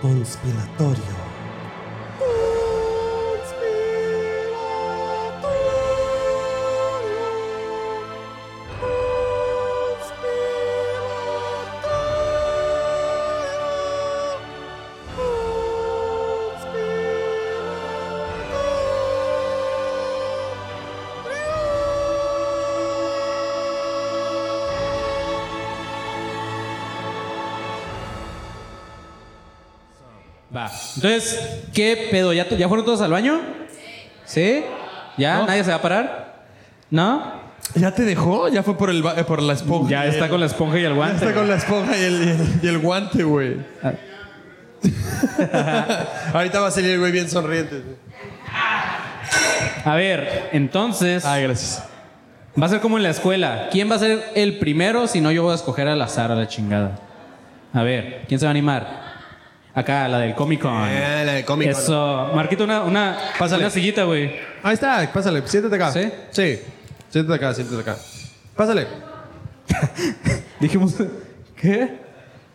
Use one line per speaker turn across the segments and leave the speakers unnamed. conspiratorio.
Va. Entonces, ¿qué pedo? ¿Ya, to- ya fueron todos al baño? ¿Sí? ¿Ya? ¿Nadie se va a parar? ¿No?
¿Ya te dejó? Ya fue por, el, ba- eh, por la esponja.
Ya está con la esponja y el
Ya
guante.
está con la esponja y el, y el- y el guante, güey.
Ah.
Ahorita va a salir el güey bien sonriente.
A ver, entonces,
Ay, gracias.
va a ser como en la escuela. ¿Quién va a ser el primero? Si no, yo voy a escoger al azar a la chingada. A ver, ¿quién se va a animar? Acá, la del Comic Con.
Eh, la de Comic Con.
Eso. Marquito, una, una,
Pásale.
una sillita, güey.
Ahí está, pásale. Siéntate acá.
¿Sí?
Sí. Siéntate acá, siéntate acá. Pásale.
Dijimos, ¿qué?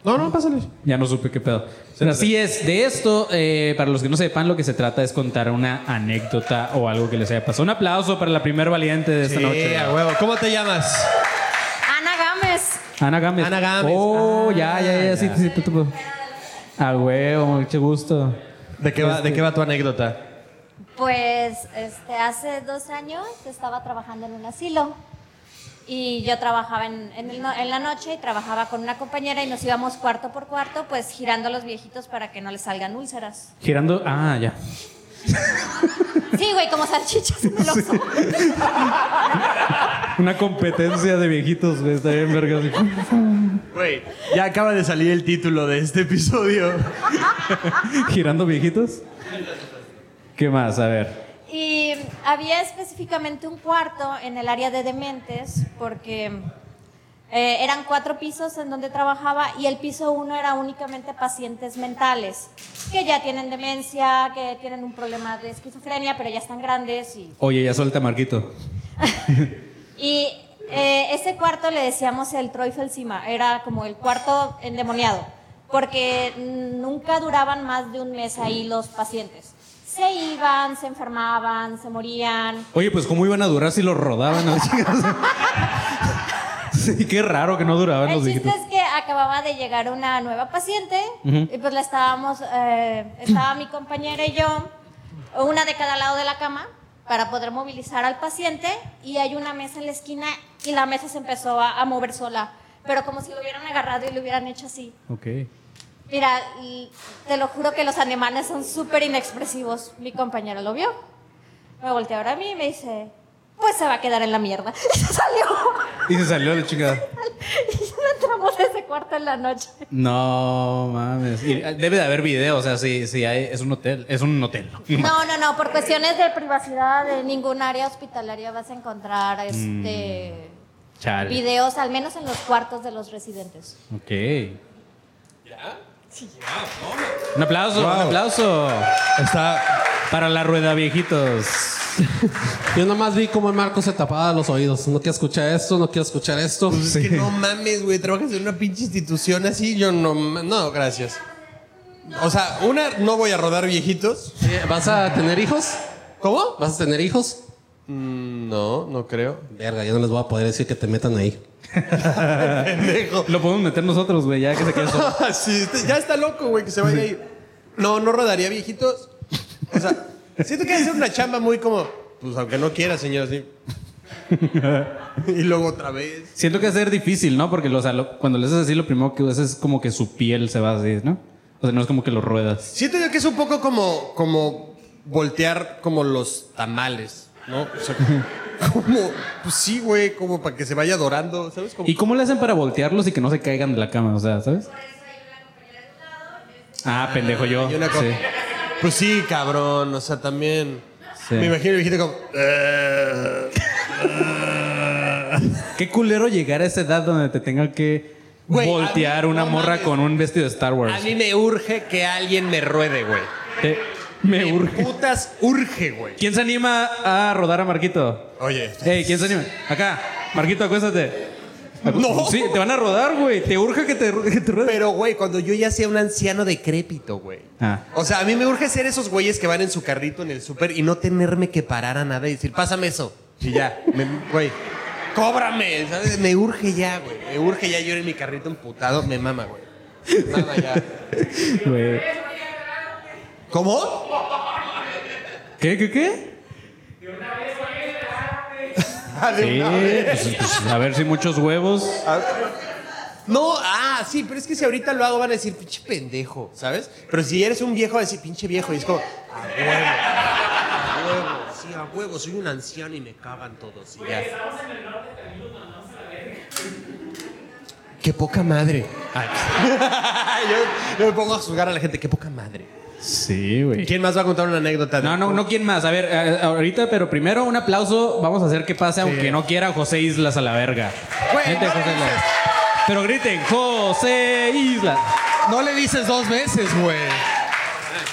No, no, pásale.
Ya no supe qué pedo. Pero así es, de esto, eh, para los que no sepan, lo que se trata es contar una anécdota o algo que les haya pasado. Un aplauso para la primer valiente de esta
Sí,
noche.
a huevo. ¿Cómo te llamas?
Ana Gámez.
Ana Gámez.
Ana Gámez.
Oh,
Ah,
ya, ya, ya, sí,
ya.
sí, tú, tú. A huevo, mucho gusto.
¿De qué
Este.
va, de qué va tu anécdota?
Pues este, hace dos años estaba trabajando en un asilo y yo trabajaba en, en el no- en la noche y trabajaba con una compañera y nos íbamos cuarto por cuarto, pues girando a los viejitos para que no les salgan úlceras.
Girando, ah, ya.
Sí, güey, como salchichas en el oso.
Una competencia de viejitos, güey, está bien verga. así.
Güey, ya acaba de salir el título de este episodio.
Girando viejitos. ¿Qué más? A ver.
Y había específicamente un cuarto en el área de dementes porque eh, eran cuatro pisos en donde trabajaba y el piso uno era únicamente pacientes mentales que ya tienen demencia, que tienen un problema de esquizofrenia, pero ya están grandes y
Oye, ya suelta Marquito.
y eh, ese cuarto le decíamos el Teufelsima, era como el cuarto endemoniado, porque nunca duraban más de un mes ahí los pacientes. Se iban, se enfermaban, se morían.
Oye, pues cómo iban a durar si los rodaban, ¿no? sí, qué raro que no duraban
El
los
chiste
viejitos.
es que acababa de llegar una nueva paciente
Ujú.
y pues la estábamos, eh, estaba mi compañera y yo, una de cada lado de la cama para poder movilizar al paciente y hay una mesa en la esquina y la mesa se empezó a, a mover sola, pero como si lo hubieran agarrado y lo hubieran hecho así.
Ok.
Mira, l- te lo juro que los alemanes son súper inexpresivos. Mi compañero lo vio. Me volteó ahora a mí y me dice, pues se va a quedar en la mierda. Y se salió.
Y se salió la chingada.
Y no entramos a ese cuarto en la noche.
No mames. Y, eh, debe de haber video, o sea, si, si hay, es un hotel, es un hotel.
No, no, no, por cuestiones de privacidad de ningún área hospitalaria vas a encontrar este
Chale.
videos, al menos en los cuartos de los residentes.
Ok. Un aplauso, un
Wow.
aplauso
Está.
para la rueda viejitos.
Yo nomás vi cómo el Marco se tapaba los oídos. No quiero escuchar esto, no quiero escuchar esto.
Es que no mames, güey. Trabajas en una pinche institución así. Yo no. ma- No, gracias. O sea, una, no voy a rodar viejitos.
¿Vas a tener hijos?
¿Cómo?
¿Vas a tener hijos?
Mm, No, no creo.
Verga, yo no les voy a poder decir que te metan ahí.
Pendejo.
Lo podemos meter nosotros, güey, ya que se quede solo.
Sí, este- ya está loco, güey, que se vaya ahí. No, no rodaría viejitos. O sea, siento que hacer una chamba muy como, pues aunque no quiera, señor, sí. y luego otra vez.
Siento que va a ser difícil, ¿no? Porque o sea, lo- cuando le haces así, lo primero que haces es como que su piel se va así, ¿no? O sea, no es como que lo ruedas.
Siento yo que es un poco como, como voltear como los tamales, ¿no? O sea, como, pues sí, güey, como para que se vaya dorando, ¿sabes? Como-
¿Y cómo le hacen para voltearlos y que no se caigan de la cama? O sea, ¿sabes? Ah, pendejo yo.
Y una co-
Sí,
Pues sí, cabrón, o sea, también.
sí.
Me imagino el viejito como... "Eh".
Qué culero llegar a esa edad donde te tenga que
Güey,
voltear
a mí-
una
no
morra
mames.
con un vestido de Star
A
Wars.
mí me urge que alguien me ruede, güey.
Te- me
Me
urge.
Putas urge, güey.
¿Quién se anima a rodar a Marquito?
Oye.
Ey, ¿quién se anima? Acá, Marquito, acuéstate.
No.
Sí, te van a rodar, güey. Te urge que te, que te rueden.
Pero, güey, cuando yo ya sea un anciano decrépito, güey.
Ah.
O sea, a mí me urge ser esos güeyes que van en su carrito en el súper y no tenerme que parar a nada y decir, pásame eso. Y ya, me- güey, cóbrame. ¿sabes? Me urge ya, güey. Me urge ya. Yo en mi carrito emputado me mama, güey. Me Mama ya.
Güey.
¿Cómo?
¿Qué, qué, qué?
Ah, de
Sí,
una vez.
pues, pues, a ver si muchos huevos.
A ver. No, ah, sí, pero es que si ahorita lo hago van a decir, pinche pendejo, ¿sabes? Pero si eres un viejo, van a decir, pinche viejo, y es como, a huevo, a huevo, sí, a huevo, soy un anciano y me cagan todos. y ya. Qué poca madre. Ay, yo, yo me pongo a juzgar a la gente, qué poca madre.
Sí, güey.
¿Quién más va a contar una anécdota? de-
No, no, no, ¿quién más? A ver, eh, ahorita, pero primero un aplauso. Vamos a hacer que pase, aunque no quiera José Islas a la verga.
Güey,
Gente,
no le
José Islas.
dices.
Pero griten, José Islas.
No le dices dos veces, güey.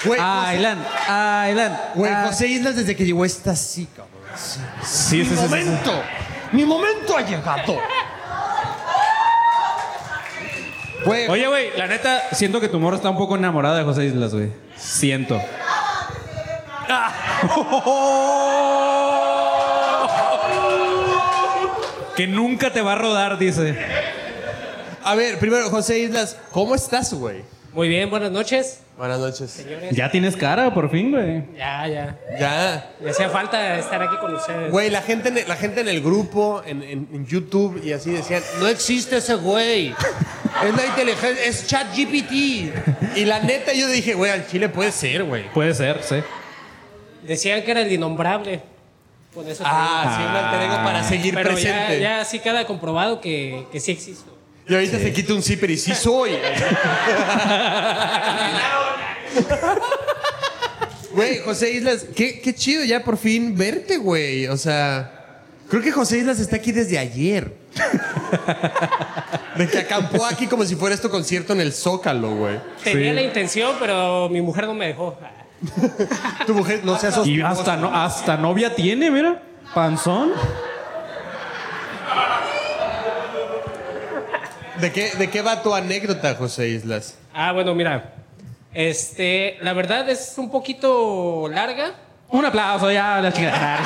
Güey, José,
Aylan, Aylan.
Güey,
Ah.
José Islas desde que llegó está así, cabrón.
Sí, sí, sí, sí, sí.
momento. Mi momento ha llegado. Güey,
Oye, güey, la neta, siento que tu morro está un poco enamorada de José Islas, güey. Siento. Que nunca te va a rodar, dice.
a ver, primero, José Islas, ¿cómo estás, güey?
Muy bien, buenas noches.
Buenas noches.
Ya tienes cara, por fin, güey.
Ya, ya.
Ya.
Me hacía falta estar aquí con ustedes.
Güey, la gente, en el- la gente en el grupo, en, en- en YouTube y así decían, no existe ese güey. Es la inteligencia, es ChatGPT. Y la neta yo dije, güey, al chile puede ser, güey.
Puede ser, sí.
Decían que era el innombrable. Por eso te
Ah, sí, un alter ego para seguir
digo. Pero ya,
presente.
ya sí queda comprobado que, que sí existo.
Y ahorita se quita un sí, pero y sí soy. Güey, José Islas, qué, qué chido ya por fin verte, güey. O sea, creo que José Islas está aquí desde ayer. De que acampó aquí como si fuera esto concierto en el Zócalo, güey.
Tenía
Sí.
la intención, pero mi mujer no me dejó.
Tu mujer no se
Y
asustó.
hasta, no, hasta novia tiene, mira. Panzón.
¿De qué, ¿De qué va tu anécdota, José Islas?
Ah, bueno, mira. Este, la verdad es un poquito larga.
Un aplauso ya a la chingada.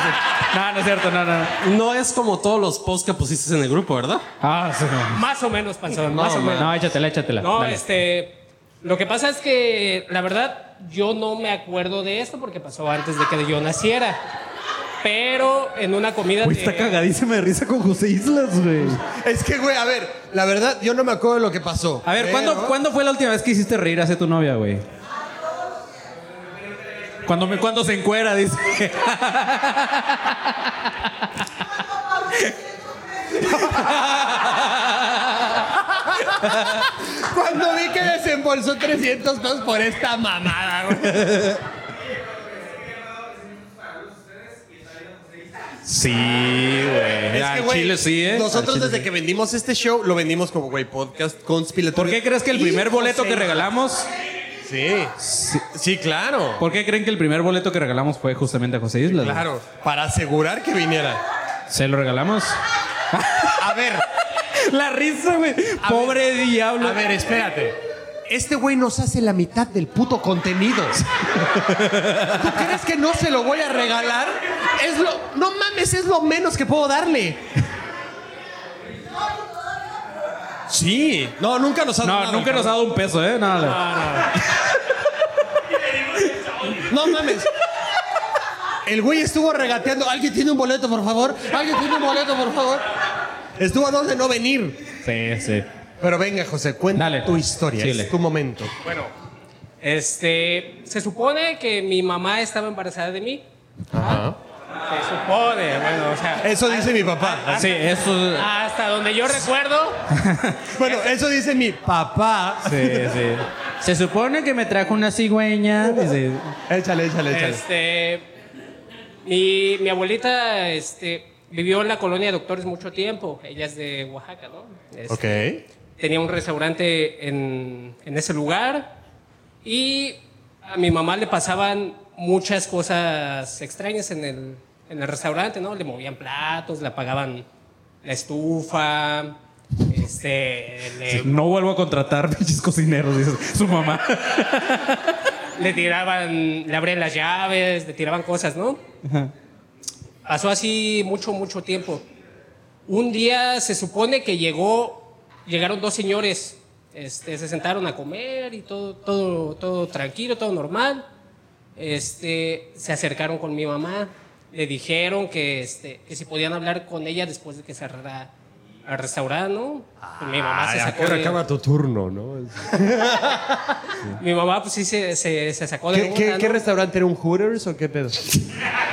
No, no es cierto, no, no.
No es como todos los posts que pusiste en el grupo, ¿verdad?
Ah, sí.
Más o menos, Panzón,
No,
más o menos.
no, échatela, échatela.
No,
Dale.
este. Lo que pasa es que, la verdad, yo no me acuerdo de esto porque pasó antes de que yo naciera. Pero en una comida.
Güey,
de-
está cagadísima de risa con José Islas, güey.
Es que, güey, a ver, la verdad, yo no me acuerdo de lo que pasó.
A ver, ¿cuándo,
pero-
¿cuándo fue la última vez que hiciste reír hacia tu novia, güey? Cuando, me, cuando se encuera, dice.
Cuando vi que desembolsó 300 pesos por esta mamada, güey.
Sí, güey.
Es que,
Al
güey,
Chile sí, ¿eh?
Nosotros
Al Chile
desde
sí.
que vendimos este show, lo vendimos como, güey, podcast
¿Por
conspiratorio.
qué crees que el
Y
primer boleto
José-
que regalamos...
Sí, sí, sí, claro.
¿Por qué creen que el primer boleto que regalamos fue justamente a José Islas? güey?
Claro, para asegurar que viniera.
¿Se lo regalamos?
A ver,
La risa, güey. Pobre diablo.
a ver, espérate. Este güey nos hace la mitad del puto contenido. ¿Tú crees que no se lo voy a regalar? Es lo, no mames, es lo menos que puedo darle. Sí, no, nunca nos ha
No,
donado,
nunca nos ha dado un peso, ¿eh? No, no.
No mames. El güey estuvo regateando. ¿Alguien tiene un boleto, por favor? ¿Alguien tiene un boleto, por favor? Estuvo a dos de no venir.
Sí, sí.
Pero venga, José, cuenta
Dale.
tu historia.
Chile.
Es tu momento.
Bueno, este. Se supone que mi mamá estaba embarazada de mí. Se supone, bueno, o sea.
Eso dice mi papá.
Sí, eso.
Hasta donde yo recuerdo.
Bueno, eso dice mi papá.
Sí, sí. Se supone que me trajo una cigüeña. dice.
Échale, échale, échale.
Este, mi, mi abuelita este, vivió en la colonia de doctores mucho tiempo. Ella es de Oaxaca, ¿no? Este,
Ok.
Tenía un restaurante en, en ese lugar y a mi mamá le pasaban muchas cosas extrañas en el, en el restaurante, ¿no? Le movían platos, le apagaban la estufa, Este, le,
Eh, No vuelvo a contratar pinches cocineros, dice su mamá.
le tiraban, le abrían las llaves, le tiraban cosas, ¿no? Pasó así mucho, mucho tiempo. Un día se supone que llegó, llegaron dos señores, este, se sentaron a comer y todo, todo, todo tranquilo, todo normal. Este, se acercaron con mi mamá, le dijeron que, este, que si podían hablar con ella después de que cerrara el restaurante, ¿no? Pues mi mamá
Ay,
se
¿a
sacó
Ah, qué hora
de-
acaba tu turno, no?
mi mamá pues sí se, se, se sacó de
¿Qué, qué-
onda,
qué
¿no?
restaurante era un Hooters o qué pedo?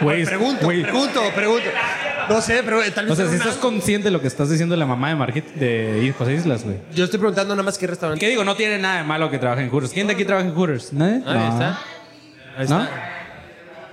Güey,
Pregunto,
güey,
pregunto, pregunto. No sé, pero eh, tal vez.
O sea,
era
si
una-
estás consciente de lo que estás diciendo la mamá de Marquita de José Islas, güey.
Yo estoy preguntando nada más qué restaurante.
¿Qué digo? No tiene nada de malo que trabaje en Hooters. ¿Quién de aquí trabaja en Hooters? ¿Nadie?
Ahí
No.
está. Ahí
¿No?
está.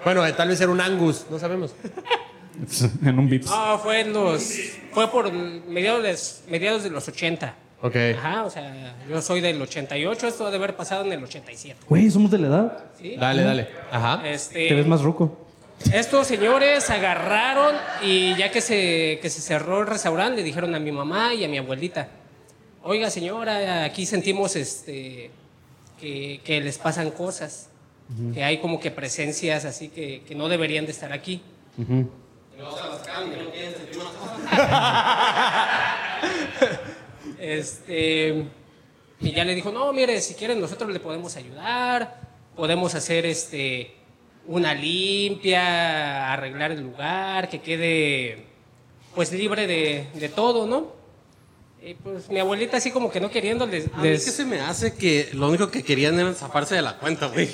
Bueno, eh, tal vez era un Angus, no sabemos.
en un Vips.
No, fue en los. Fue por mediados de, mediados de los 80.
Ok.
Ajá, o sea, yo soy del 88, esto ha de haber pasado en el 87.
Güey, somos de la edad.
¿sí?
Dale, dale. Ajá.
Te ves
Este,
más ruco.
estos señores agarraron y ya que se, que se cerró el restaurante, le dijeron a mi mamá y a mi abuelita: Oiga, señora, aquí sentimos este, que, que les pasan cosas, que hay como que presencias así que, que no deberían de estar aquí. Este, y ya le dijo, no, mire, si quieren nosotros le podemos ayudar, podemos hacer este, una limpia, arreglar el lugar, que quede pues libre de, de todo, ¿no? Y pues mi abuelita así como que no queriendo les...
A mí
les-
que se me hace que lo único que querían era zafarse de la cuenta, güey.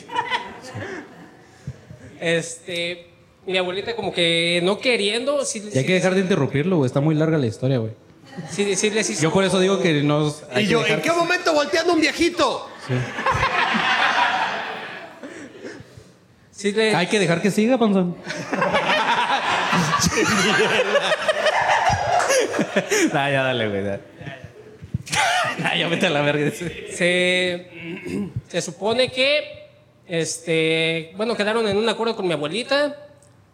este, mi abuelita como que no queriendo, sí,
Y hay que dejar de interrumpirlo, güey. Está muy larga la historia, güey.
sí- sí les hizo-
Yo por eso digo que nos. hay
Y
que
yo,
dejar-
¿en qué momento volteando un viejito?
sí le-
Hay que dejar que siga, Panzón. nah, ya dale, güey. Ya, Nah, ya vete a la verga.
se, se supone que, este, bueno, quedaron en un acuerdo con mi abuelita.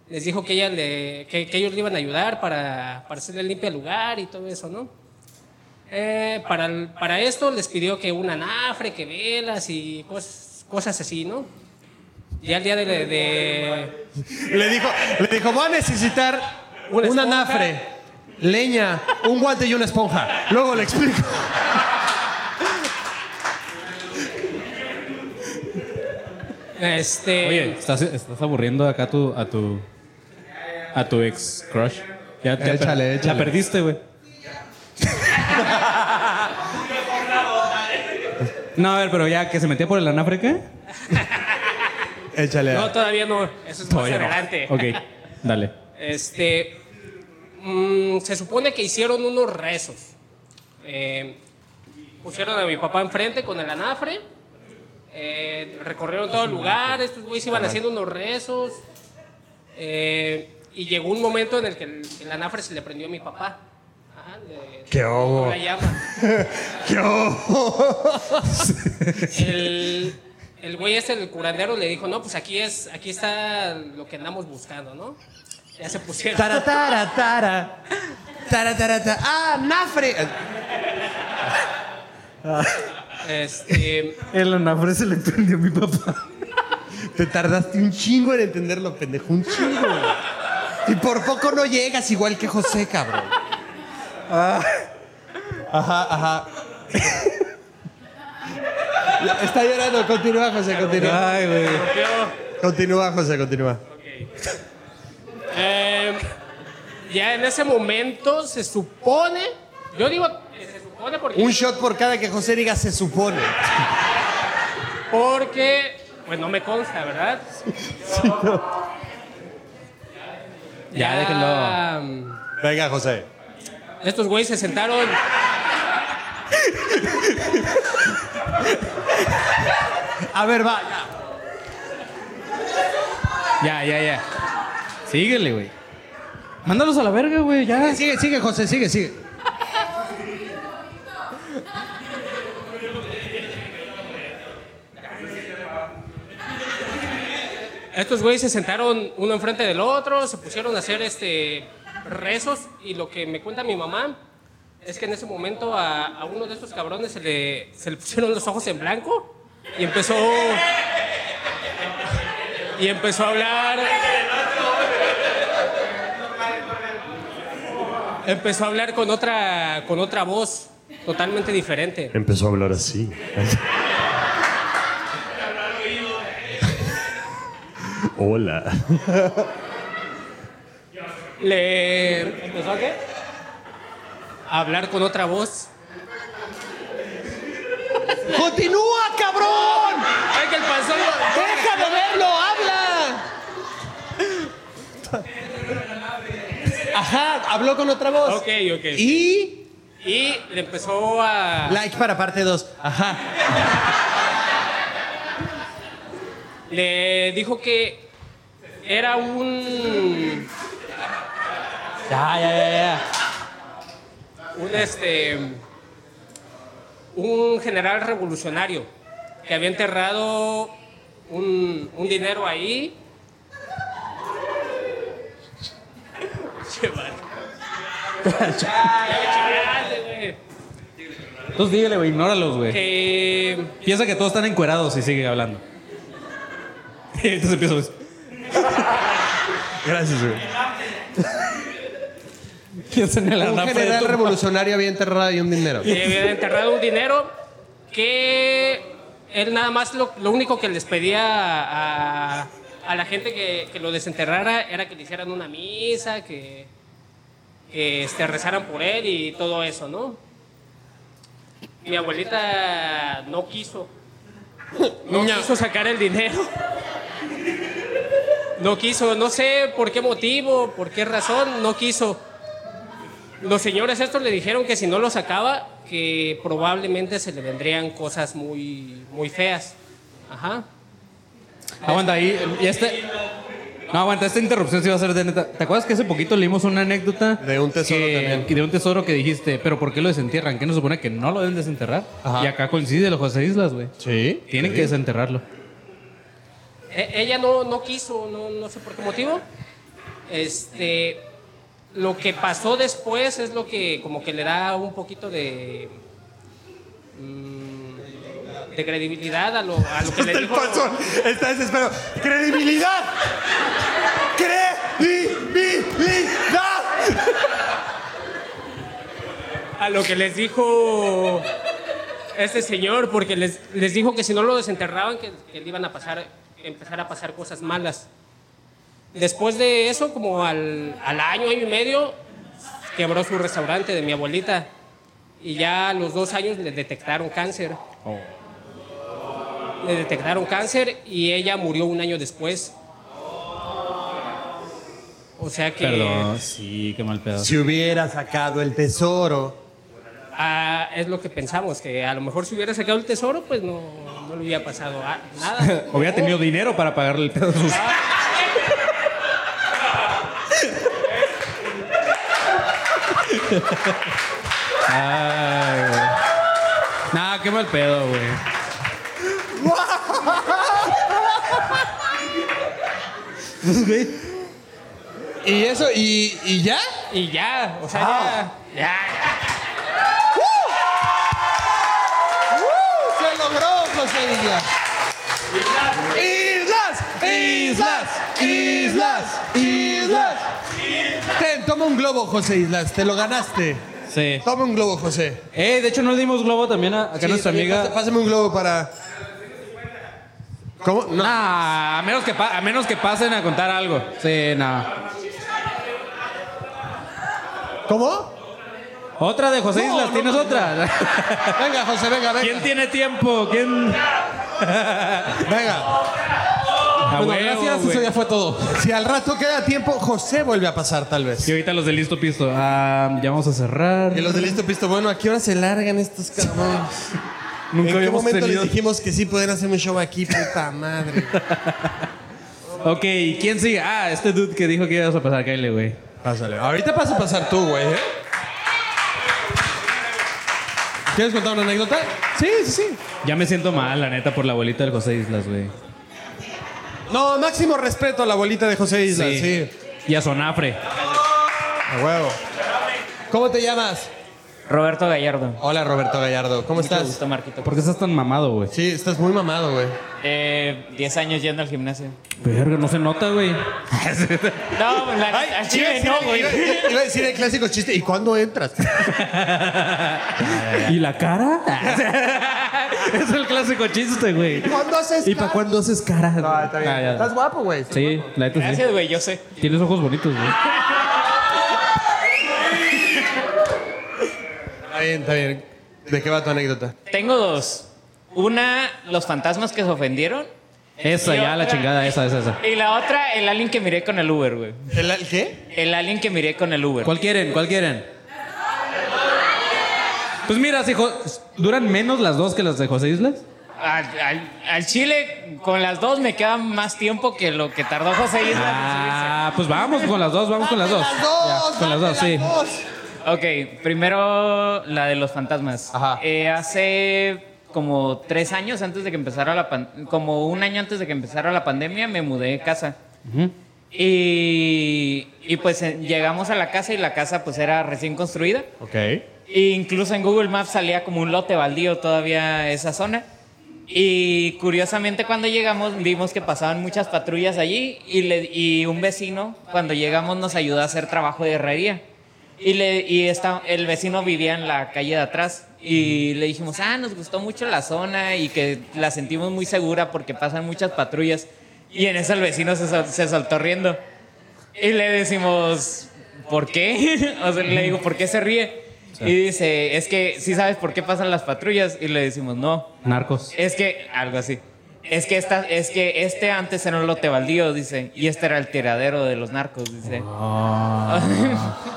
Les dijo que, ella le, que, que ellos le iban a ayudar para, para hacerle limpia el lugar y todo eso, ¿no? Eh, para, el- para esto les pidió que un anafre, que velas y cosas, cosas así, ¿no? Ya el día de... de- de-
Le dijo, le dijo, va a necesitar
Una
un
esponja.
anafre, leña, un guante y una esponja. Luego le explico.
este,
Oye, estás, estás aburriendo acá a tu, a tu. a tu ex crush. Ya, ya per-
Échale, échale.
La perdiste, güey. No, a ver, pero ya que se metía por el anafre, ¿qué?
Échale.
no, todavía no. Eso es más
Oye, no.
adelante.
Ok, dale.
Este, mm, se supone que hicieron unos rezos. Eh, pusieron a mi papá enfrente con el anafre. eh, recorrieron todo el lugar. Estos güeyes iban haciendo unos rezos. eh, y llegó un momento en el que el, el anafre se le prendió a mi papá. Ajá, le-
¡Qué obo!
la llama. El, el güey este, el curandero, le dijo, no, pues aquí es, aquí está lo que andamos buscando, ¿no? Ya se pusieron.
Taratara, tara. Tara, tara, tara. Ah, anafre.
Este,
El anafre se le prendió a mi papá.
Te tardaste un chingo en entenderlo, pendejo. Un chingo. Y por poco no llegas igual que José, cabrón.
Ah.
Ajá, ajá. Ya, Está llorando. Continúa, José, continúa.
Ay, güey.
rompió-
Ah.
Continúa, José, continúa.
Eh, ya en ese momento se supone, yo digo, que se supone porque,
Un shot por cada que José diga se supone.
porque pues no me consta, ¿verdad?
Ya, déjenlo.
mm,
Venga, José.
Estos güeyes se sentaron.
A ver, va. ya.
Ya, ya, ya. Síguele, güey. Mándalos a la verga, güey, ya.
Sigue, sigue, José, sigue, sigue.
Estos güeyes se sentaron uno enfrente del otro, se pusieron a hacer este rezos y lo que me cuenta mi mamá es que en ese momento a, a uno de estos cabrones se le, se le pusieron los ojos en blanco y empezó. Y empezó a hablar. Empezó a hablar con otra, con otra voz totalmente diferente.
Empezó a hablar así. Hola.
Le empezó a qué? A hablar con otra voz.
¡Continúa, cabrón!
¡Ay, que el panzón lo-
¡Déjame verlo! ¡Habla!
Ajá, habló con otra voz.
Ok, ok. Y,
Y
le empezó a.
like para parte 2. Ajá.
Le dijo que era un. Ya, ya, ya, ya. Un este. Un general revolucionario que había enterrado un, un dinero ahí. Che, vale. Ya, ya, güey.
Entonces dígale, güey, ignóralos, güey.
Que.
Piensa que todos están encuerados y sigue hablando. Entonces empiezo. pues,
Gracias, güey.
Piensa en el
Un
arnafo de
general
tu-
revolucionario había enterrado ahí un dinero.
que habían enterrado un dinero que él nada más lo, lo único que les pedía a, a la gente que, que lo desenterrara era que le hicieran una misa, que, que este, rezaran por él y todo eso, ¿no? Mi abuelita no quiso. No quiso sacar el dinero. No quiso, no sé por qué motivo, por qué razón, no quiso. Los señores estos le dijeron que si no lo sacaba, que probablemente se le vendrían cosas muy, muy feas. Ajá.
Aguanta ahí. Y este. No, aguanta, esta interrupción sí va a ser de neta. ¿Te acuerdas que hace poquito leímos una anécdota?
De un tesoro
que-
también.
que- De un tesoro que dijiste, pero ¿por qué lo desentierran? ¿Qué nos supone que no lo deben desenterrar? Y acá coincide los José Islas, güey.
Sí.
Tienen que desenterrarlo.
E- ella no, no quiso, no, no sé por qué motivo. Este, lo que pasó después es lo que como que le da un poquito de... mm, de credibilidad a lo, a lo que le
El
dijo.
panzón está desesperado. ¡Credibilidad! ¡Credibilidad!
a lo que les dijo este señor, porque les, les dijo que si no lo desenterraban, que, que le iban a pasar, empezar a pasar cosas malas. Después de eso, como al, al año, año y medio, quebró su restaurante de mi abuelita. Y ya a los dos años le detectaron cáncer. Le detectaron cáncer y ella murió un año después. O sea que...
Perdón, sí, qué mal pedo.
Si hubiera sacado el tesoro.
Ah, es lo que pensamos, que a lo mejor si hubiera sacado el tesoro, pues no, no le hubiera pasado a- nada.
Hubiera tenido dinero para pagarle el pedo a sus. Ay, güey. Nah, qué mal pedo, güey.
Y eso, y, y ya.
Y ya, o sea,
Ah.
ya, ya,
¡Uh! Se logró, José Islas. Islas, Islas, Islas, Islas. Ten, toma un globo, José Islas. Te lo ganaste.
Sí.
Toma un globo, José.
Eh, de hecho, nos dimos globo también a acá
Sí,
nuestra
oye,
amiga.
pasa- Pásame un globo para. ¿Cómo? No.
Nah, Ah, a menos, que pa- a menos que pasen a contar algo. Sí, nada.
¿Cómo?
Otra de José
No,
Islas,
no,
¿tienes
no,
otra?
Venga, José, venga, venga.
¿Quién tiene tiempo? ¿Quién?
Venga.
Ah,
Bueno,
huevo,
gracias,
güey.
eso ya fue todo.
Si al rato queda tiempo, José vuelve a pasar, tal vez.
Y ahorita los de listo pisto. Ah, ya vamos a cerrar.
Y los del listo pisto, bueno, ¿a qué hora se largan estos cabrones?
Nunca
¿En qué
habíamos
momento
tenido.
les dijimos que sí pueden hacer un show aquí, puta madre?
Ok, ¿y ¿quién sigue? Ah, este dude que dijo que ibas a pasar, Kyle, güey.
Pásale. Ahorita pasa a pasar tú, güey. ¿eh? ¿Quieres contar una anécdota? Sí, sí, sí.
Ya me siento mal, la neta, por la abuelita del José Islas, güey.
No, máximo respeto a la abuelita de José Isla, sí.
Y a Sonafre.
A huevo. ¿Cómo te llamas?
Roberto Gallardo.
Hola, Roberto Gallardo. ¿Cómo
Mucho
estás?
gusto, Marquito.
¿Por qué estás tan mamado, güey?
Sí, estás muy mamado, güey.
Eh, 10 años yendo al gimnasio.
Verga, no se nota, güey.
No, pues, la al chile no, güey.
Iba, iba a decir el clásico chiste. ¿Y cuándo entras?
¿Y la cara? es el clásico chiste, güey.
¿Cuándo haces
¿Y para
cara?
cuándo haces cara?
No, está bien.
Ah, ya.
Estás guapo, güey.
Sí, la neta sí.
Gracias, güey, yo sé.
Tienes ojos bonitos, güey.
Está bien, está bien. ¿De qué va tu anécdota?
Tengo dos. Una, los fantasmas que se ofendieron.
Esa,
Y
ya, la
otra-
chingada, esa, esa, esa.
Y la otra, el alien que miré con el Uber, güey.
¿El, el qué?
El alien que miré con el Uber.
¿Cuál quieren? ¿Cuál quieren? Pues mira, si Jo- duran menos las dos que las de José Islas.
Al, al- al chile, con las dos me queda más tiempo que lo que tardó José Islas.
Ah, pues vamos con las dos, vamos con las dos. Ya, con las dos, sí.
Ok, primero la de los fantasmas.
Ajá.
Eh, hace como tres años antes de que empezara la pan- como un año antes de que empezara la pandemia, me mudé de casa. y, y pues eh, llegamos a la casa y la casa pues era recién construida.
Ok.
E incluso en Google Maps salía como un lote baldío todavía esa zona. Y curiosamente cuando llegamos vimos que pasaban muchas patrullas allí y, le- y un vecino cuando llegamos nos ayudó a hacer trabajo de herrería. Y, le, y esta- el vecino vivía en la calle de atrás y le dijimos, ah, nos gustó mucho la zona y que la sentimos muy segura porque pasan muchas patrullas. Y en eso el vecino se, sol- se soltó riendo. Y le decimos, ¿por qué? O sea, le digo, ¿por qué se ríe? Y dice, es que sí sabes por qué pasan las patrullas. Y le decimos, no.
Narcos.
Es que, algo así. Es que, esta, es que este antes era un lote baldío, dice. Y este era el tiradero de los narcos, dice.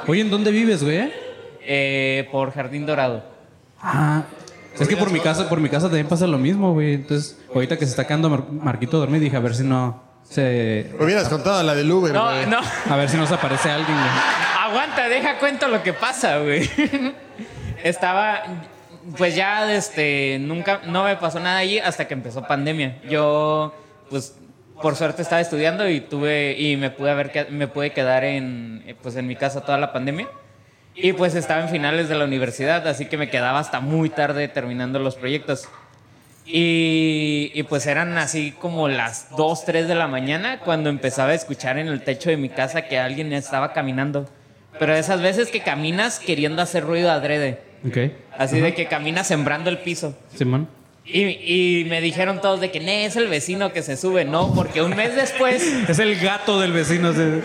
Oye, ¿en dónde vives, güey?
Eh, por Jardín Dorado.
Ah. Es que por mi casa, por mi casa también pasa lo mismo, güey. Entonces, ahorita que se está quedando Mar- Marquito a dormir, dije a ver si no se.
Hubieras contado la del Uber,
No,
güey.
no.
A ver si nos aparece alguien, güey.
Aguanta, deja cuento lo que pasa, güey. Estaba, pues ya, este, nunca, no me pasó nada allí hasta que empezó pandemia. Yo, pues, por suerte estaba estudiando y tuve, y me pude haber, que- me pude quedar en, eh, pues, en mi casa toda la pandemia. Y pues estaba en finales de la universidad, así que me quedaba hasta muy tarde terminando los proyectos. Y, y, pues eran así como las 2, 3 de la mañana cuando empezaba a escuchar en el techo de mi casa que alguien estaba caminando. Pero esas veces que caminas queriendo hacer ruido adrede.
Ok.
Así de que caminas sembrando el piso.
Simón.
Y, y me dijeron todos de que no, es el vecino que se sube, no, porque un mes después...
Es el gato del vecino. ese.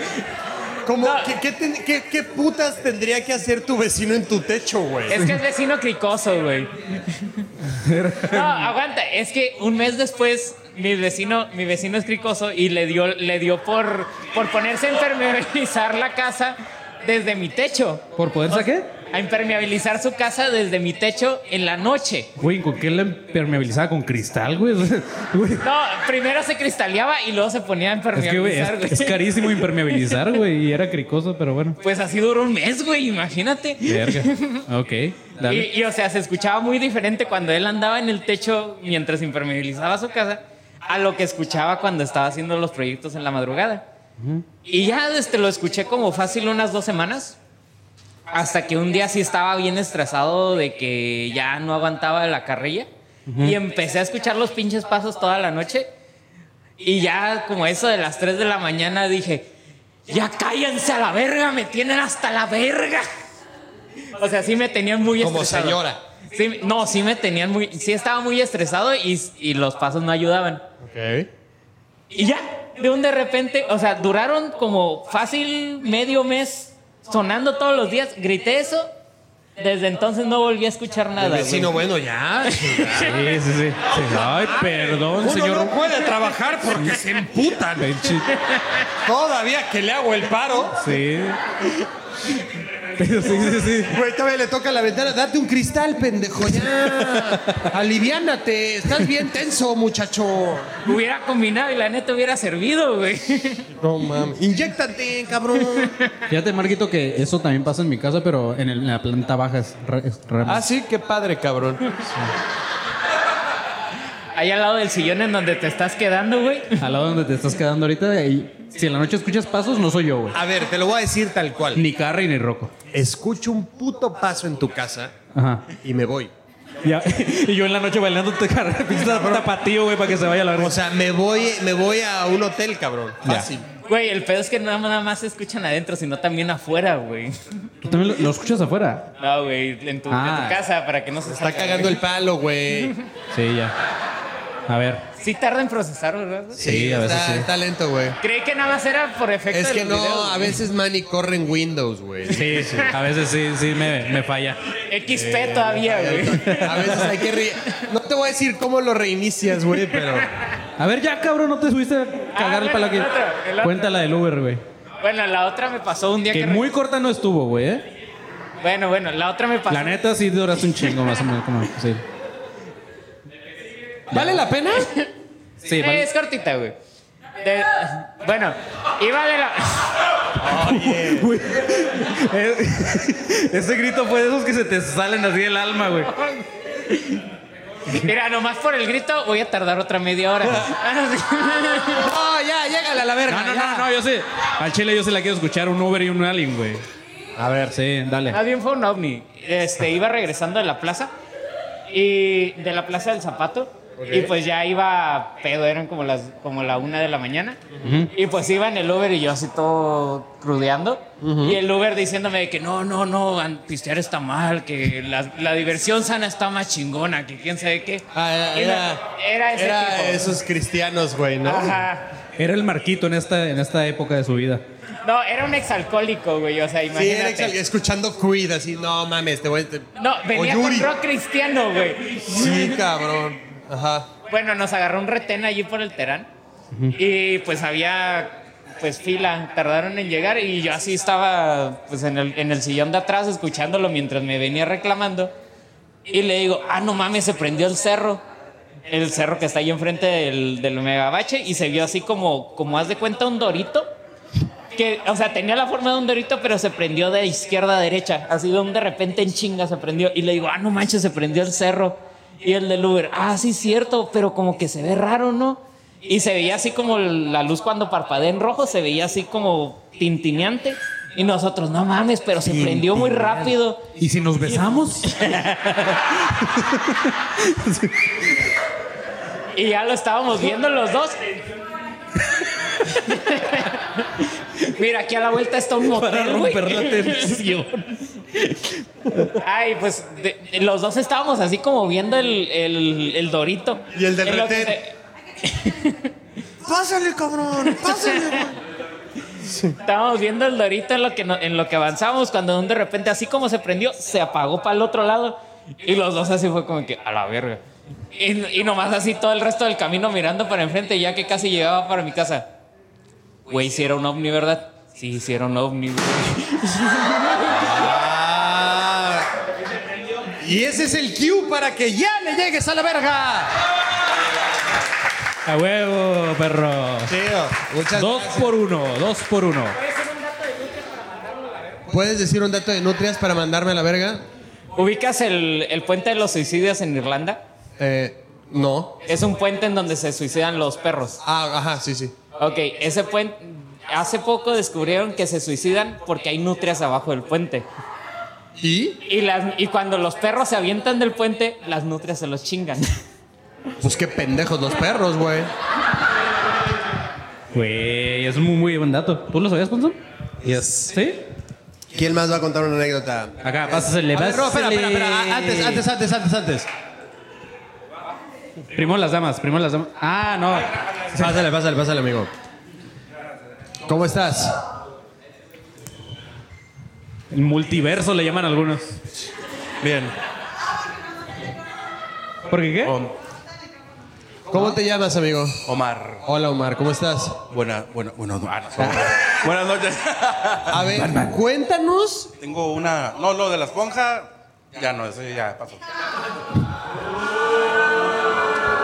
¿Cómo, ¿qué, qué ten- qué- qué putas tendría que hacer tu vecino en tu techo, güey?
Es que es vecino cricoso, güey. No, aguanta. Es que un mes después, mi vecino, mi vecino es cricoso y le dio, le dio por, por ponerse a impermeabilizar la casa desde mi techo.
¿Por poderse a qué?
A impermeabilizar su casa desde mi techo en la noche.
Güey, ¿con qué la impermeabilizaba? ¿Con cristal, güey? Güey,
No, primero se cristaleaba y luego se ponía a
Es que, güey,
impermeabilizar, güey.
es, es carísimo impermeabilizar, güey. Y era cricoso, pero bueno.
Pues así duró un mes, güey, imagínate.
Verga. Ok. Dale.
Y, y, o sea, se escuchaba muy diferente cuando él andaba en el techo mientras impermeabilizaba su casa a lo que escuchaba cuando estaba haciendo los proyectos en la madrugada. Y ya este, lo escuché como fácil unas dos semanas. Hasta que un día sí estaba bien estresado de que ya no aguantaba la carrilla. Y empecé a escuchar los pinches pasos toda la noche. Y ya como eso de las 3 de la mañana dije, ya cállense a la verga, me tienen hasta la verga. O sea, sí me tenían muy
Como
estresado.
señora.
Sí, no, sí me tenían muy, sí estaba muy estresado y, y los pasos no ayudaban.
Ok.
Y ya, de un de repente, o sea, duraron como fácil medio mes sonando todos los días. Grité eso. Desde entonces no volví a escuchar nada. güey.
Vecino, bueno, ya.
Sí, sí, sí. Sí. Ay, perdón,
Uno
señor.
no puede trabajar porque se emputan.
Benchi.
Todavía que le hago el paro.
Sí. Pero sí, sí, sí.
Güey, todavía le toca la ventana. Date un cristal, pendejo. Ya. Aliviánate. Estás bien tenso, muchacho.
Hubiera combinado y la neta hubiera servido, güey.
No mames. Inyéctate, cabrón.
Fíjate, Marquito, que eso también pasa en mi casa, pero en, el- en la planta baja es, ra- es raro.
Ah, sí, qué padre, cabrón.
Ahí al lado del sillón en donde te estás quedando, güey.
Al lado donde te estás quedando ahorita, ahí Si en la noche escuchas pasos, no soy yo, güey.
A ver, te lo voy a decir tal cual.
Ni Carrie ni Rocco.
Escucho un puto paso en tu casa
Ajá.
y me voy.
Ya- y yo en la noche bailando te carrera tapatío, güey, para que se vaya la
O
verga.
sea, me voy, me voy a un hotel, cabrón. Fácil.
Güey, el pedo es que no nada más se escuchan adentro, sino también afuera, güey.
¿Tú también lo, lo escuchas afuera?
No, güey, en tu, en tu
Ah.
casa para que no se
Está
salga,
cagando
güey.
el palo, güey.
Sí, ya. A ver.
Sí tarda en procesar, ¿verdad? güey?
Sí, a veces
está,
sí.
está lento, güey.
Creí que nada más era por efecto
Es
de
que no,
los videos,
a
güey.
veces Manny corre en Windows, güey.
Sí, sí. A veces sí, sí me, me falla.
XP
Eh,
todavía, güey.
A veces hay que re- No te voy a decir cómo lo reinicias, güey, pero.
A ver, ya, cabrón, no te subiste a cagar el
bueno,
palo aquí.
el otro, el otro.
Cuéntala del Uber, güey.
Bueno, la otra me pasó un día que...
Que muy corta no estuvo, güey, ¿eh?
Bueno, bueno, la otra me pasó...
La neta sí duraste un chingo, más o menos. Como, sí.
¿Vale la pena?
Sí,
Eh,
vale.
Es cortita, güey. De- Bueno, iba de la...
eh, Ese grito fue de esos que se te salen así del alma, güey.
Mira, nomás por el grito voy a tardar otra media hora.
No, Ah, ya, llégale a la verga.
No, no, no, no, yo sé. Al chile yo se la quiero escuchar un Uber y un Alien, güey. A ver. Sí, dale.
Más bien fue un ovni. Este, iba regresando de la plaza y de la plaza del zapato. Y pues ya iba pedo, eran como las como la una de la mañana. Y pues iba en el Uber y yo así todo crudeando. Y el Uber diciéndome de que no, no, no, an- pistear está mal, que la, la diversión sana está más chingona, que quién sabe qué.
Ah,
Y
era,
la- era ese
era
tipo.
esos cristianos, güey, ¿no?
Ajá.
Era el marquito en esta, en esta época de su vida.
No, era un exalcohólico, güey. O sea,
Sí,
imagínate.
era exal- escuchando Creed, así, no mames, te voy a.
No, venía
O Yuri.
con rock cristiano, güey.
Sí, cabrón. Ajá.
Bueno, nos agarró un retén allí por el Terán. Y pues había pues fila, tardaron en llegar y yo así estaba pues en el, en el sillón de atrás escuchándolo mientras me venía reclamando. Y le digo, ah, no mames, se prendió el cerro. El cerro que está ahí enfrente del, del megabache y se vio así como, como haz de cuenta, un dorito. Que, o sea, tenía la forma de un dorito, pero se prendió de izquierda a derecha. Así de un de repente en chinga se prendió. Y le digo, ah, no manches, se prendió el cerro. Y el del Uber, ah, sí, cierto, pero como que se ve raro, ¿no? Y se veía así como la luz cuando parpadea en rojo, se veía así como tintineante. Y nosotros, no mames, pero se prendió muy rápido.
¿Y si nos besamos?
Y ya lo estábamos viendo los dos. Mira, aquí a la vuelta está un motel,
Para
güey.
romper la tensión.
Ay, pues de- de- los dos estábamos así como viendo el, el- el dorito.
Y el del
En lo que
retén. Pásale, cabrón, pásale.
se- estábamos viendo el dorito en lo que, no- en lo que avanzamos, cuando de repente, así como se prendió, se apagó para el otro lado. Y los dos así fue como que, a la verga. Y, y nomás así todo el resto del camino mirando para enfrente, ya que casi llegaba para mi casa. Güey, hicieron ovni, ¿verdad? Sí, hicieron ovni, güey.
Ah. y ese es el cue para que ya le llegues a la verga.
A huevo, perro.
Tío, muchas
Dos por uno, dos por uno.
¿Puedes decir un dato de nutrias para mandarme a la verga?
¿Ubicas el, el puente de los suicidios en Irlanda?
Eh, no.
Es un puente en donde se suicidan los perros.
Ah, ajá, sí, sí.
Ok, ese puente... Hace poco descubrieron que se suicidan porque hay nutrias abajo del puente.
¿Y?
Y, las, y cuando los perros se avientan del puente, las nutrias se los chingan.
Pues qué pendejos los perros, güey.
Güey, es un muy, muy buen dato. ¿Tú lo sabías, Ponson?
Yes.
¿Sí?
¿Quién más va a contar una anécdota?
Acá, pásasele,
A ver, no, espera,
pásasele.
espera, espera. Ah, Antes, antes, antes, antes, antes.
Primo las damas, primo las damas. Ah, no.
Pásale, pásale, pásale, amigo. ¿Cómo estás?
El multiverso le llaman algunos.
Bien.
¿Por qué qué?
¿Cómo te llamas, amigo?
Omar.
Hola, Omar, ¿cómo estás?
Buena, bueno, bueno, no, ah, no, sorry. Buenas noches.
A ver, cuéntanos.
Tengo una. No, lo de la esponja. Ya no, eso ya pasó.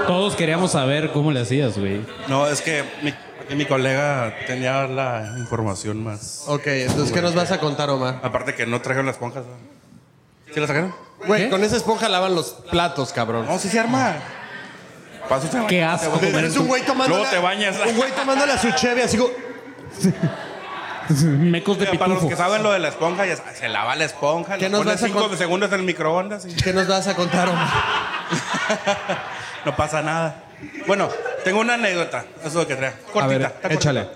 Todos queríamos saber cómo le hacías, güey.
No, es que mi, que mi colega tenía la información más.
Ok, entonces, ¿qué nos vas a contar, Omar?
Aparte que no trajeron las esponjas. ¿no? ¿Sí las sacaron?
Güey, con esa esponja lavan los platos, cabrón.
No, sí se arma. Paso te bañas,
Qué asco
te bañas.
comer
Eres un güey tomando.
Luego te bañas.
Un güey tomándole a su cheve, así como.
Mecos de
Mira, para los
pitufo.
que saben lo de la esponja, ya sabes, se lava la esponja,
¿Qué
le
nos
pones
vas a
5
cont-
segundos en el microondas y
¿Qué nos vas a contar, Omar?
no pasa nada. Bueno, tengo una anécdota, eso es lo que trae. Cortita,
ver,
está cortita.
échale.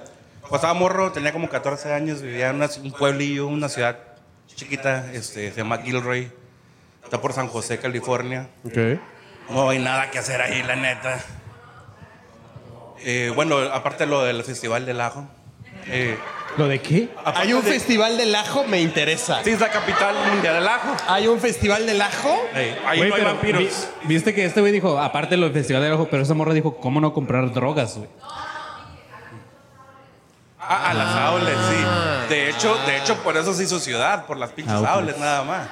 Cuando estaba morro, tenía como 14 años, vivía en una- un pueblillo, una ciudad chiquita, este, se llama Gilroy. Está por San José, California. No hay nada que hacer ahí, la neta. Eh, bueno, aparte de lo del Festival del Ajo. eh,
¿Lo de qué?
aparte
Hay un
de-
festival del ajo, me interesa.
Sí, es la capital mundial del ajo.
Hay un festival del ajo.
Ey, ahí
Güey,
no hay
pero
vampiros.
vi- Viste que este güey dijo, aparte lo del festival de ojo, pero esa morra dijo, ¿cómo no comprar drogas, güey?
Ah, a las aules, sí. De hecho, de hecho, por eso se hizo ciudad, por las pinches
Ah, ok.
aules, nada más.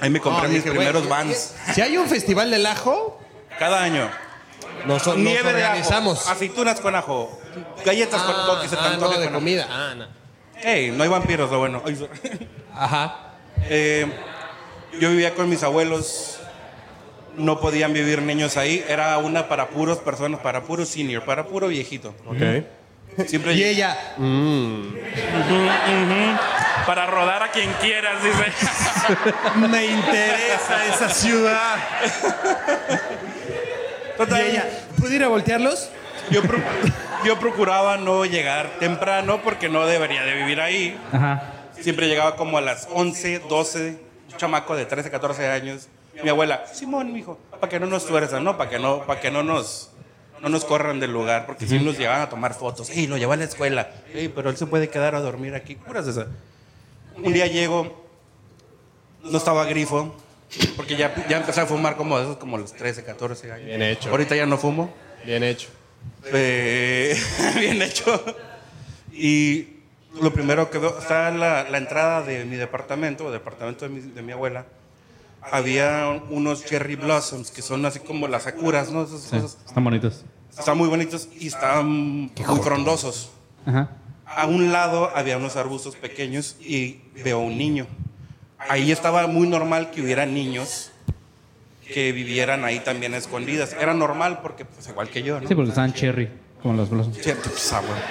Ahí me compré
No,
mis
Ah, dije, güey,
primeros
¿qué-
vans.
Si hay un festival del ajo,
Cada año.
nos, nos
Nieve de ajo,
organizamos.
aceitunas con ajo, galletas
Ah,
con toques de
ah,
tanto
no, de comida. Ah, no.
Ey, no hay vampiros, lo bueno. Ay, sorry.
Ajá.
Eh, yo vivía con mis abuelos. No podían vivir niños ahí. Era una para puros personas, para puro senior, para puro viejito. Siempre
Y ella,
para rodar a quien quieras, dice.
me interesa esa ciudad.
Total,
Y ella, ¿puedo ir a voltearlos?
Yo, pro- yo procuraba no llegar temprano porque no debería de vivir ahí.
Ajá.
Siempre llegaba como a las 11, 12, un chamaco de 13, 14 años. Mi abuela, Simón, mijo, para que no nos tuerzan, ¿no? Para que no, para que no nos no nos corran del lugar, porque si nos llevaban a tomar fotos. Ey, lo llevó a la escuela. Ey, pero él se puede quedar a dormir aquí. Puras esas. Un día llego, no estaba grifo, porque ya, ya empecé a fumar como de esos, como los 13, 14 años.
Bien hecho.
Ahorita ya no fumo.
Bien hecho.
Eh, bien hecho. Y lo primero que veo, está la, la entrada de mi departamento, o departamento de mi, de mi abuela. Había unos cherry blossoms, que son así como las sakuras, ¿no? Esas
Sí,
cosas.
están bonitos.
Están muy bonitos y están muy frondosos.
Ajá.
A un lado había unos arbustos pequeños y veo un niño. Ahí estaba muy normal que hubiera niños que vivieran ahí también escondidas. Era normal porque, pues, igual que yo, ¿no?
Sí, porque están cherry, como los blossoms.
Cierto, pues, ah, bueno.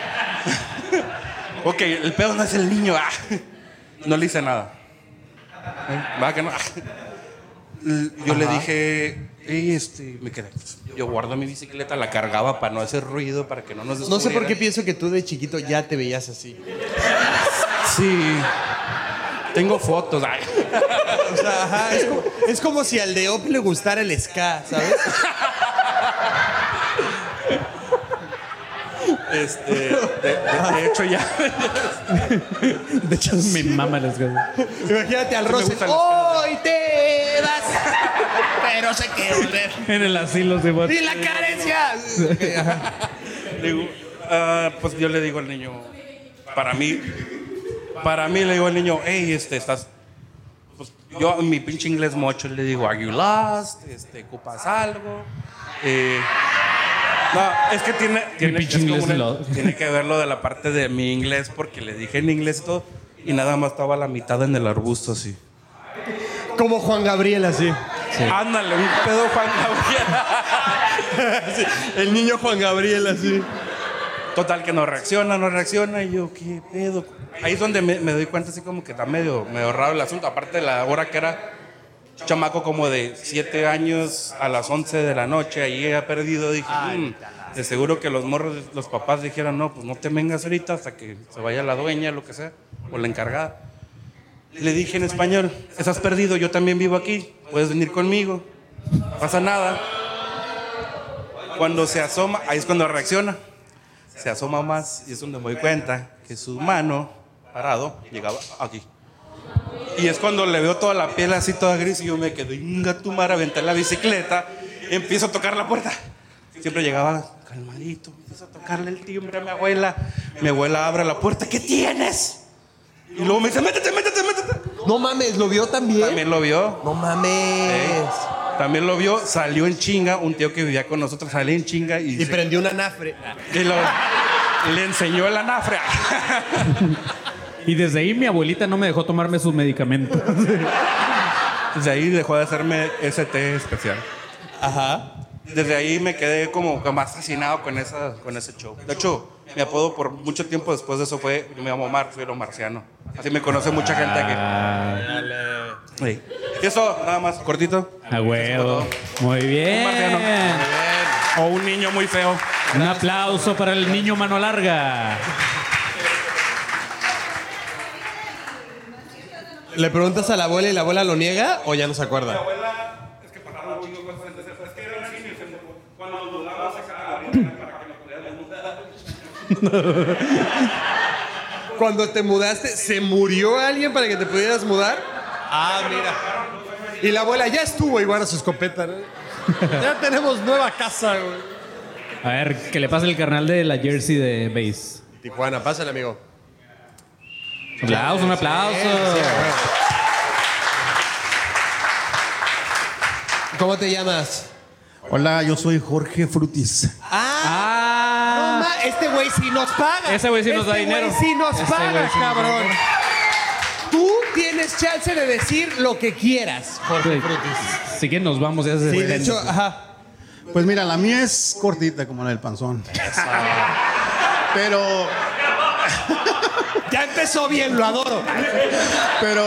ok, el pedo no es el niño. ah. No le hice nada. ¿Eh? Va que no. L- Yo le dije, "Ey, este, me quedé. Yo guardo mi bicicleta, la cargaba para no hacer ruido, para que no nos
No sé por qué
descubrieran.
pienso que tú de chiquito ya te veías así.
Sí. Tengo fotos. ay.
O sea, ajá, es como, es como si al de Op le gustara el ska, ¿sabes?
Este, de, de- de hecho ya.
De hecho,
Mi mamá las cosas.
Imagínate al Rose.
gustan los
Hoy te vas, pero sé que volver.
En el asilo de
¡Y la carencia!
Le digo, "Ah", pues yo le digo al niño, para mí, para mí le digo al niño, hey, este, estás. Pues yo en mi pinche inglés mocho le digo, are you lost? Este, ¿Ocupas algo? Eh, no, es que tiene, tiene,
pinche
es como
inglés
una-
lo-
tiene que ver lo de la parte de mi inglés, porque le dije en inglés y todo, y nada más estaba la mitad en el arbusto así.
Como Juan Gabriel, así.
Ándale, un pedo Juan Gabriel.
El niño Juan Gabriel, así.
Total, que no reacciona, no reacciona. Y yo, ¿qué pedo? Ahí es donde me, me doy cuenta, así como que está medio, medio raro el asunto. Aparte de la hora que era chamaco como de 7 años a las 11 de la noche, ahí ha perdido. Dije, "Mm, de seguro que los morros, los papás dijeron, no, pues no te vengas ahorita hasta que se vaya la dueña, lo que sea, o la encargada. Le dije en español, estás perdido, yo también vivo aquí, puedes venir conmigo, no pasa nada. Cuando se asoma, ahí es cuando reacciona se asoma más y es donde me doy cuenta que su mano parado llegaba aquí. Y es cuando le veo toda la piel así toda gris y yo me quedo, inga tu madre, aventé la bicicleta, empiezo a tocar la puerta. Siempre llegaba calmadito, empiezo a tocarle el timbre a mi abuela. Mi abuela abre la puerta, ¿qué tienes? Y luego me dice, métete, métete, métete.
No mames, ¿lo vio también?
También ¿Eh? lo vio,
No mames.
también lo vio, salió en chinga, un tío que vivía con nosotros salió en chinga y,
Y
se-
prendió una anafre.
y lo- le enseñó el anafre.
Y desde ahí mi abuelita no me dejó tomarme sus medicamentos.
Desde ahí dejó de hacerme ese té especial.
Ajá.
Desde ahí me quedé como que más fascinado con, esa, con ese show. De hecho, Mi apodo por mucho tiempo después de eso fue, yo me llamo Omar, soy lo marciano. Así me conoce mucha gente
Ah.
que... Sí. Y eso, nada más, cortito.
A huevo. Muy
Un marciano.
bien.
O un niño muy feo.
Un aplauso para el niño mano larga.
¿Le preguntas a la abuela y la abuela lo niega o ya no se acuerda?
abuela es que pagaba un chingo de cosas, entonces es que era un cine, se- cuando nos mudamos sacaba la abuela para que nos pudiéramos mudar.
Cuando te mudaste, ¿se murió alguien para que te pudieras mudar? Ah, mira. Y la abuela ya estuvo y guarda su escopeta. ¿no? ya tenemos nueva casa, güey.
A ver, que le pase el carnal de la jersey de base.
Tijuana, pásale, amigo.
Un aplauso, un aplauso.
¿Cómo te llamas?
Hola, yo soy Jorge Frutis.
Ah,
Ah,
no ma- este güey sí nos paga.
Ese güey sí nos da
Este
dinero.
güey sí nos
Ese güey
paga,
sí nos da
cabrón.
dinero.
Tú tienes chance de decir lo que quieras, Jorge
Sí.
Frutis.
Así que nos vamos. ya se-
Sí, de hecho, ajá.
Pues mira, la mía es cortita como la del panzón. Pero,
Ya empezó bien, lo adoro.
pero,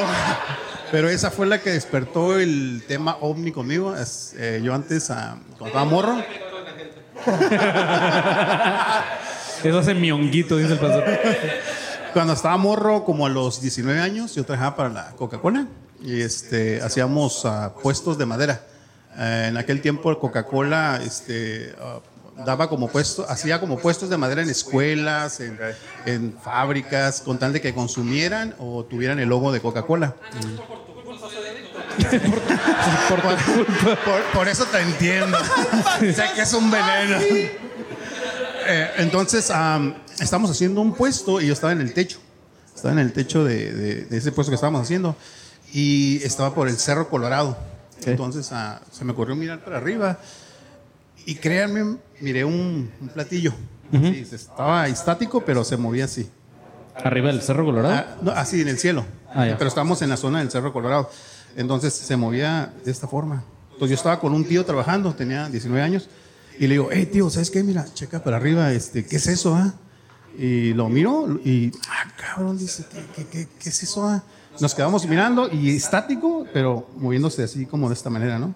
pero esa fue la que despertó el tema ovni conmigo. Es, eh, yo antes, ah, cuando estaba morro,
Eso hace mionguito, dice el pastor.
Cuando estaba morro, como a los 19 años, yo trabajaba para la Coca-Cola y este, hacíamos ah, puestos de madera. Eh, en aquel tiempo, Coca-Cola este, ah, daba como puesto, hacía como puestos de madera en escuelas, en, en fábricas, con tal de que consumieran o tuvieran el logo de Coca-Cola. por, por- por eso te entiendo. sé que es un veneno. Eh, entonces, am, estamos haciendo un puesto y yo estaba en el techo. Estaba en el techo de, de- de ese puesto que estábamos haciendo. Y estaba por el Cerro Colorado. Entonces, ah, se me ocurrió mirar para arriba. Y créanme, miré un, un platillo. Sí, se- estaba estático, pero se movía así.
Arriba del Cerro Colorado.
Ah, no, así en el cielo.
Ah, ya.
Pero estábamos en la zona del Cerro Colorado. Entonces se movía de esta forma. Entonces yo estaba con un tío trabajando, tenía 19 años, y le digo, hey tío, ¿sabes qué? Mira, checa para arriba, este, ¿qué es eso? ah?" Y lo miro y, ah, cabrón, dice, ¿qué, qué, qué- qué es eso? ah?" Nos quedamos mirando y estático, pero moviéndose así como de esta manera, ¿no?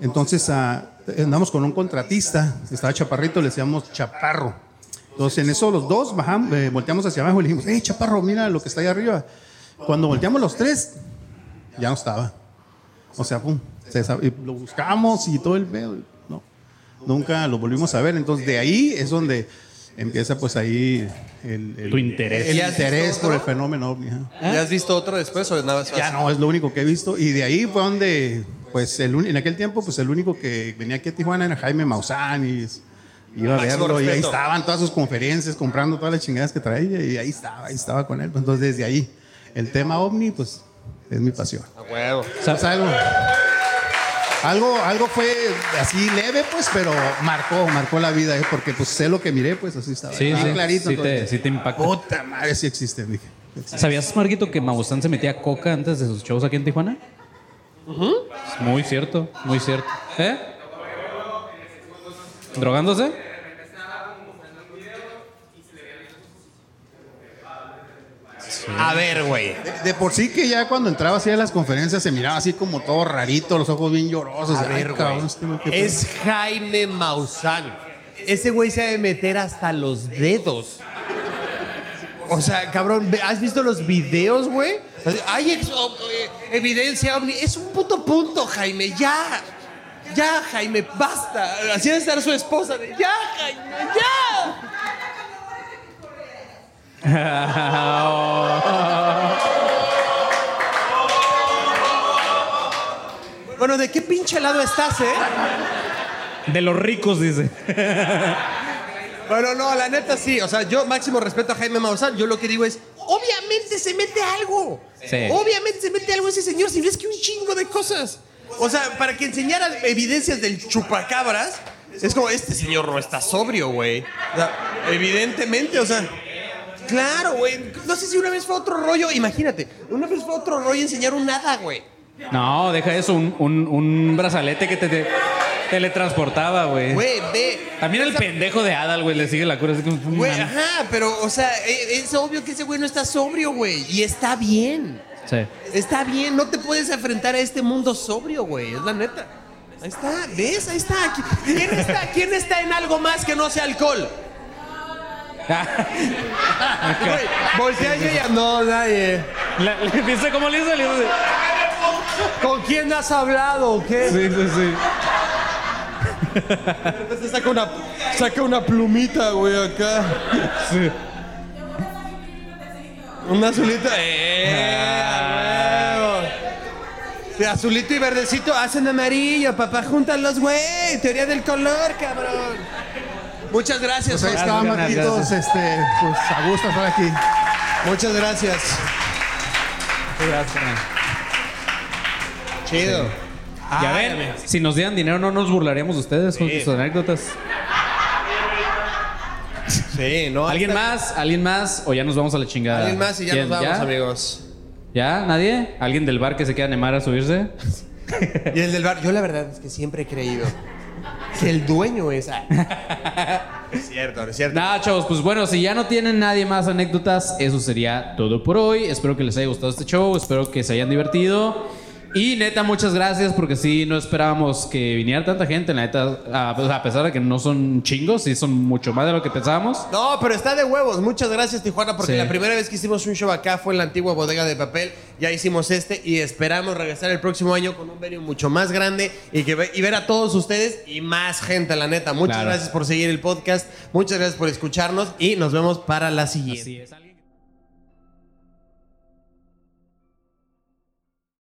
Entonces ah, andamos con un contratista, estaba chaparrito, le decíamos chaparro. Entonces en eso los dos bajamos, eh, volteamos hacia abajo y le dijimos, hey chaparro, mira lo que está ahí arriba. Cuando volteamos los tres, ya no estaba. O sea, pum, se desa- y lo buscamos y todo el pedo. y No, nunca lo volvimos a ver. Entonces de ahí es donde empieza pues ahí el, el-
Tu interés.
el
¿Y has visto
interés por el
otro?
fenómeno ovni, ajá.
¿Ya has visto otro después o nada más?
Ya no, es lo único que he visto. Y de ahí fue donde, pues, el, uni- en aquel tiempo, pues, el único que venía aquí a Tijuana era Jaime Maussan y es- iba a
Máximo
verlo. Y ahí
respeto.
estaban todas sus conferencias, comprando todas las chingadas que traía. Y ahí estaba, ahí estaba con él. Pues, Entonces, desde ahí, el tema ovni, pues, es mi pasión.
A huevo.
O sea, algo, algo, algo fue así leve, pues, pero marcó, marcó la vida. ¿eh? Porque, pues, sé lo que miré, pues, así estaba.
Sí,
Bien
sí.
clarito.
Sí te,
entonces,
sí te impacta.
Puta madre, sí existe, dije.
¿Sabías, Marquito, que Maussan se metía coca antes de sus shows aquí en Tijuana? Es Muy cierto, muy cierto. ¿Eh? ¿Drogándose?
A ver, güey.
De, de por sí que ya cuando entraba así a las conferencias se miraba así como todo rarito, los ojos bien llorosos.
A
Ay,
ver,
cabrón,
güey.
este güey, qué pedo.
Es Jaime Maussan. Ese güey se ha de meter hasta los dedos. O sea, cabrón, ve- ¿has visto los videos, güey? Hay ex- o- eh, evidencia ovni. Es un puto punto, Jaime. Ya. Ya, Jaime, basta. Así debe estar su esposa. de, ya, Jaime, ya. Bueno, ¿de qué pinche lado estás, eh?
De los ricos, dice.
Bueno, no, la neta sí. O sea, yo máximo respeto a Jaime Maussan. Yo lo que digo es, obviamente se mete algo.
Sí.
Obviamente se mete algo ese señor si ves que un chingo de cosas. O sea, para que enseñara evidencias del chupacabras, es como, este señor no está sobrio, güey. O sea, evidentemente, o sea... Claro, güey. No sé si una vez fue otro rollo. Imagínate, una vez fue otro rollo enseñar un nada, güey.
No, deja eso, un, un, un brazalete que te, te- Teletransportaba, güey.
Güey, ve.
También el pendejo de Adal, güey, le sigue la cura. Así como,
Güey, ajá, pero, o sea, e- es obvio que ese güey no está sobrio, güey. Y está bien.
Sí.
Está bien, no te puedes enfrentar a este mundo sobrio, güey. Es la neta. Ahí está, ¿ves? Ahí está. ¿Quién está, quién está en algo más que no sea alcohol? Güey, voltea yo y ya- no, nadie.
¿Viste cómo le hizo?
¿Con quién has hablado o qué?
Sí, sí, sí.
Se saca una, saca una plumita, güey, acá. Sí. Una azulita. ¡Eh! a huevo. Sí, azulito y verdecito hacen amarillo, papá. Júntalos, güey. Teoría del color, cabrón. Muchas gracias.
Pues ahí
Oscar.
está, Marquitos, este, pues a gusto estar aquí.
Muchas gracias. Chido. Ah,
Ya
Ay,
ven,
amigos.
si nos dieran dinero no nos burlaríamos de ustedes con sus anécdotas.
Sí, ¿no?
¿Alguien más? ¿Alguien más? ¿O ya nos vamos a la chingada?
Alguien más y ya
¿Quién?
nos vamos,
¿Ya?
amigos.
¿Ya? ¿Nadie? ¿Alguien del bar que se queda a Neymar a subirse?
Y el del bar, yo la verdad es que siempre he creído que el dueño es. Ah. es cierto, es cierto.
Nada, chavos, pues bueno, si ya no tienen nadie más anécdotas, eso sería todo por hoy. Espero que les haya gustado este show, espero que se hayan divertido. Y neta, muchas gracias porque sí, no esperábamos que viniera tanta gente, la neta, a, pues, a pesar de que no son chingos, sí son mucho más de lo que pensábamos.
No, pero está de huevos. Muchas gracias, Tijuana, porque
Sí.
la primera vez que hicimos un show acá fue en la antigua bodega de papel. Ya hicimos este y esperamos regresar el próximo año con un venue mucho más grande y, que ve- y ver a todos ustedes y más gente, la neta. Muchas
Claro.
gracias por seguir el podcast, muchas gracias por escucharnos y nos vemos para la siguiente.
Así es.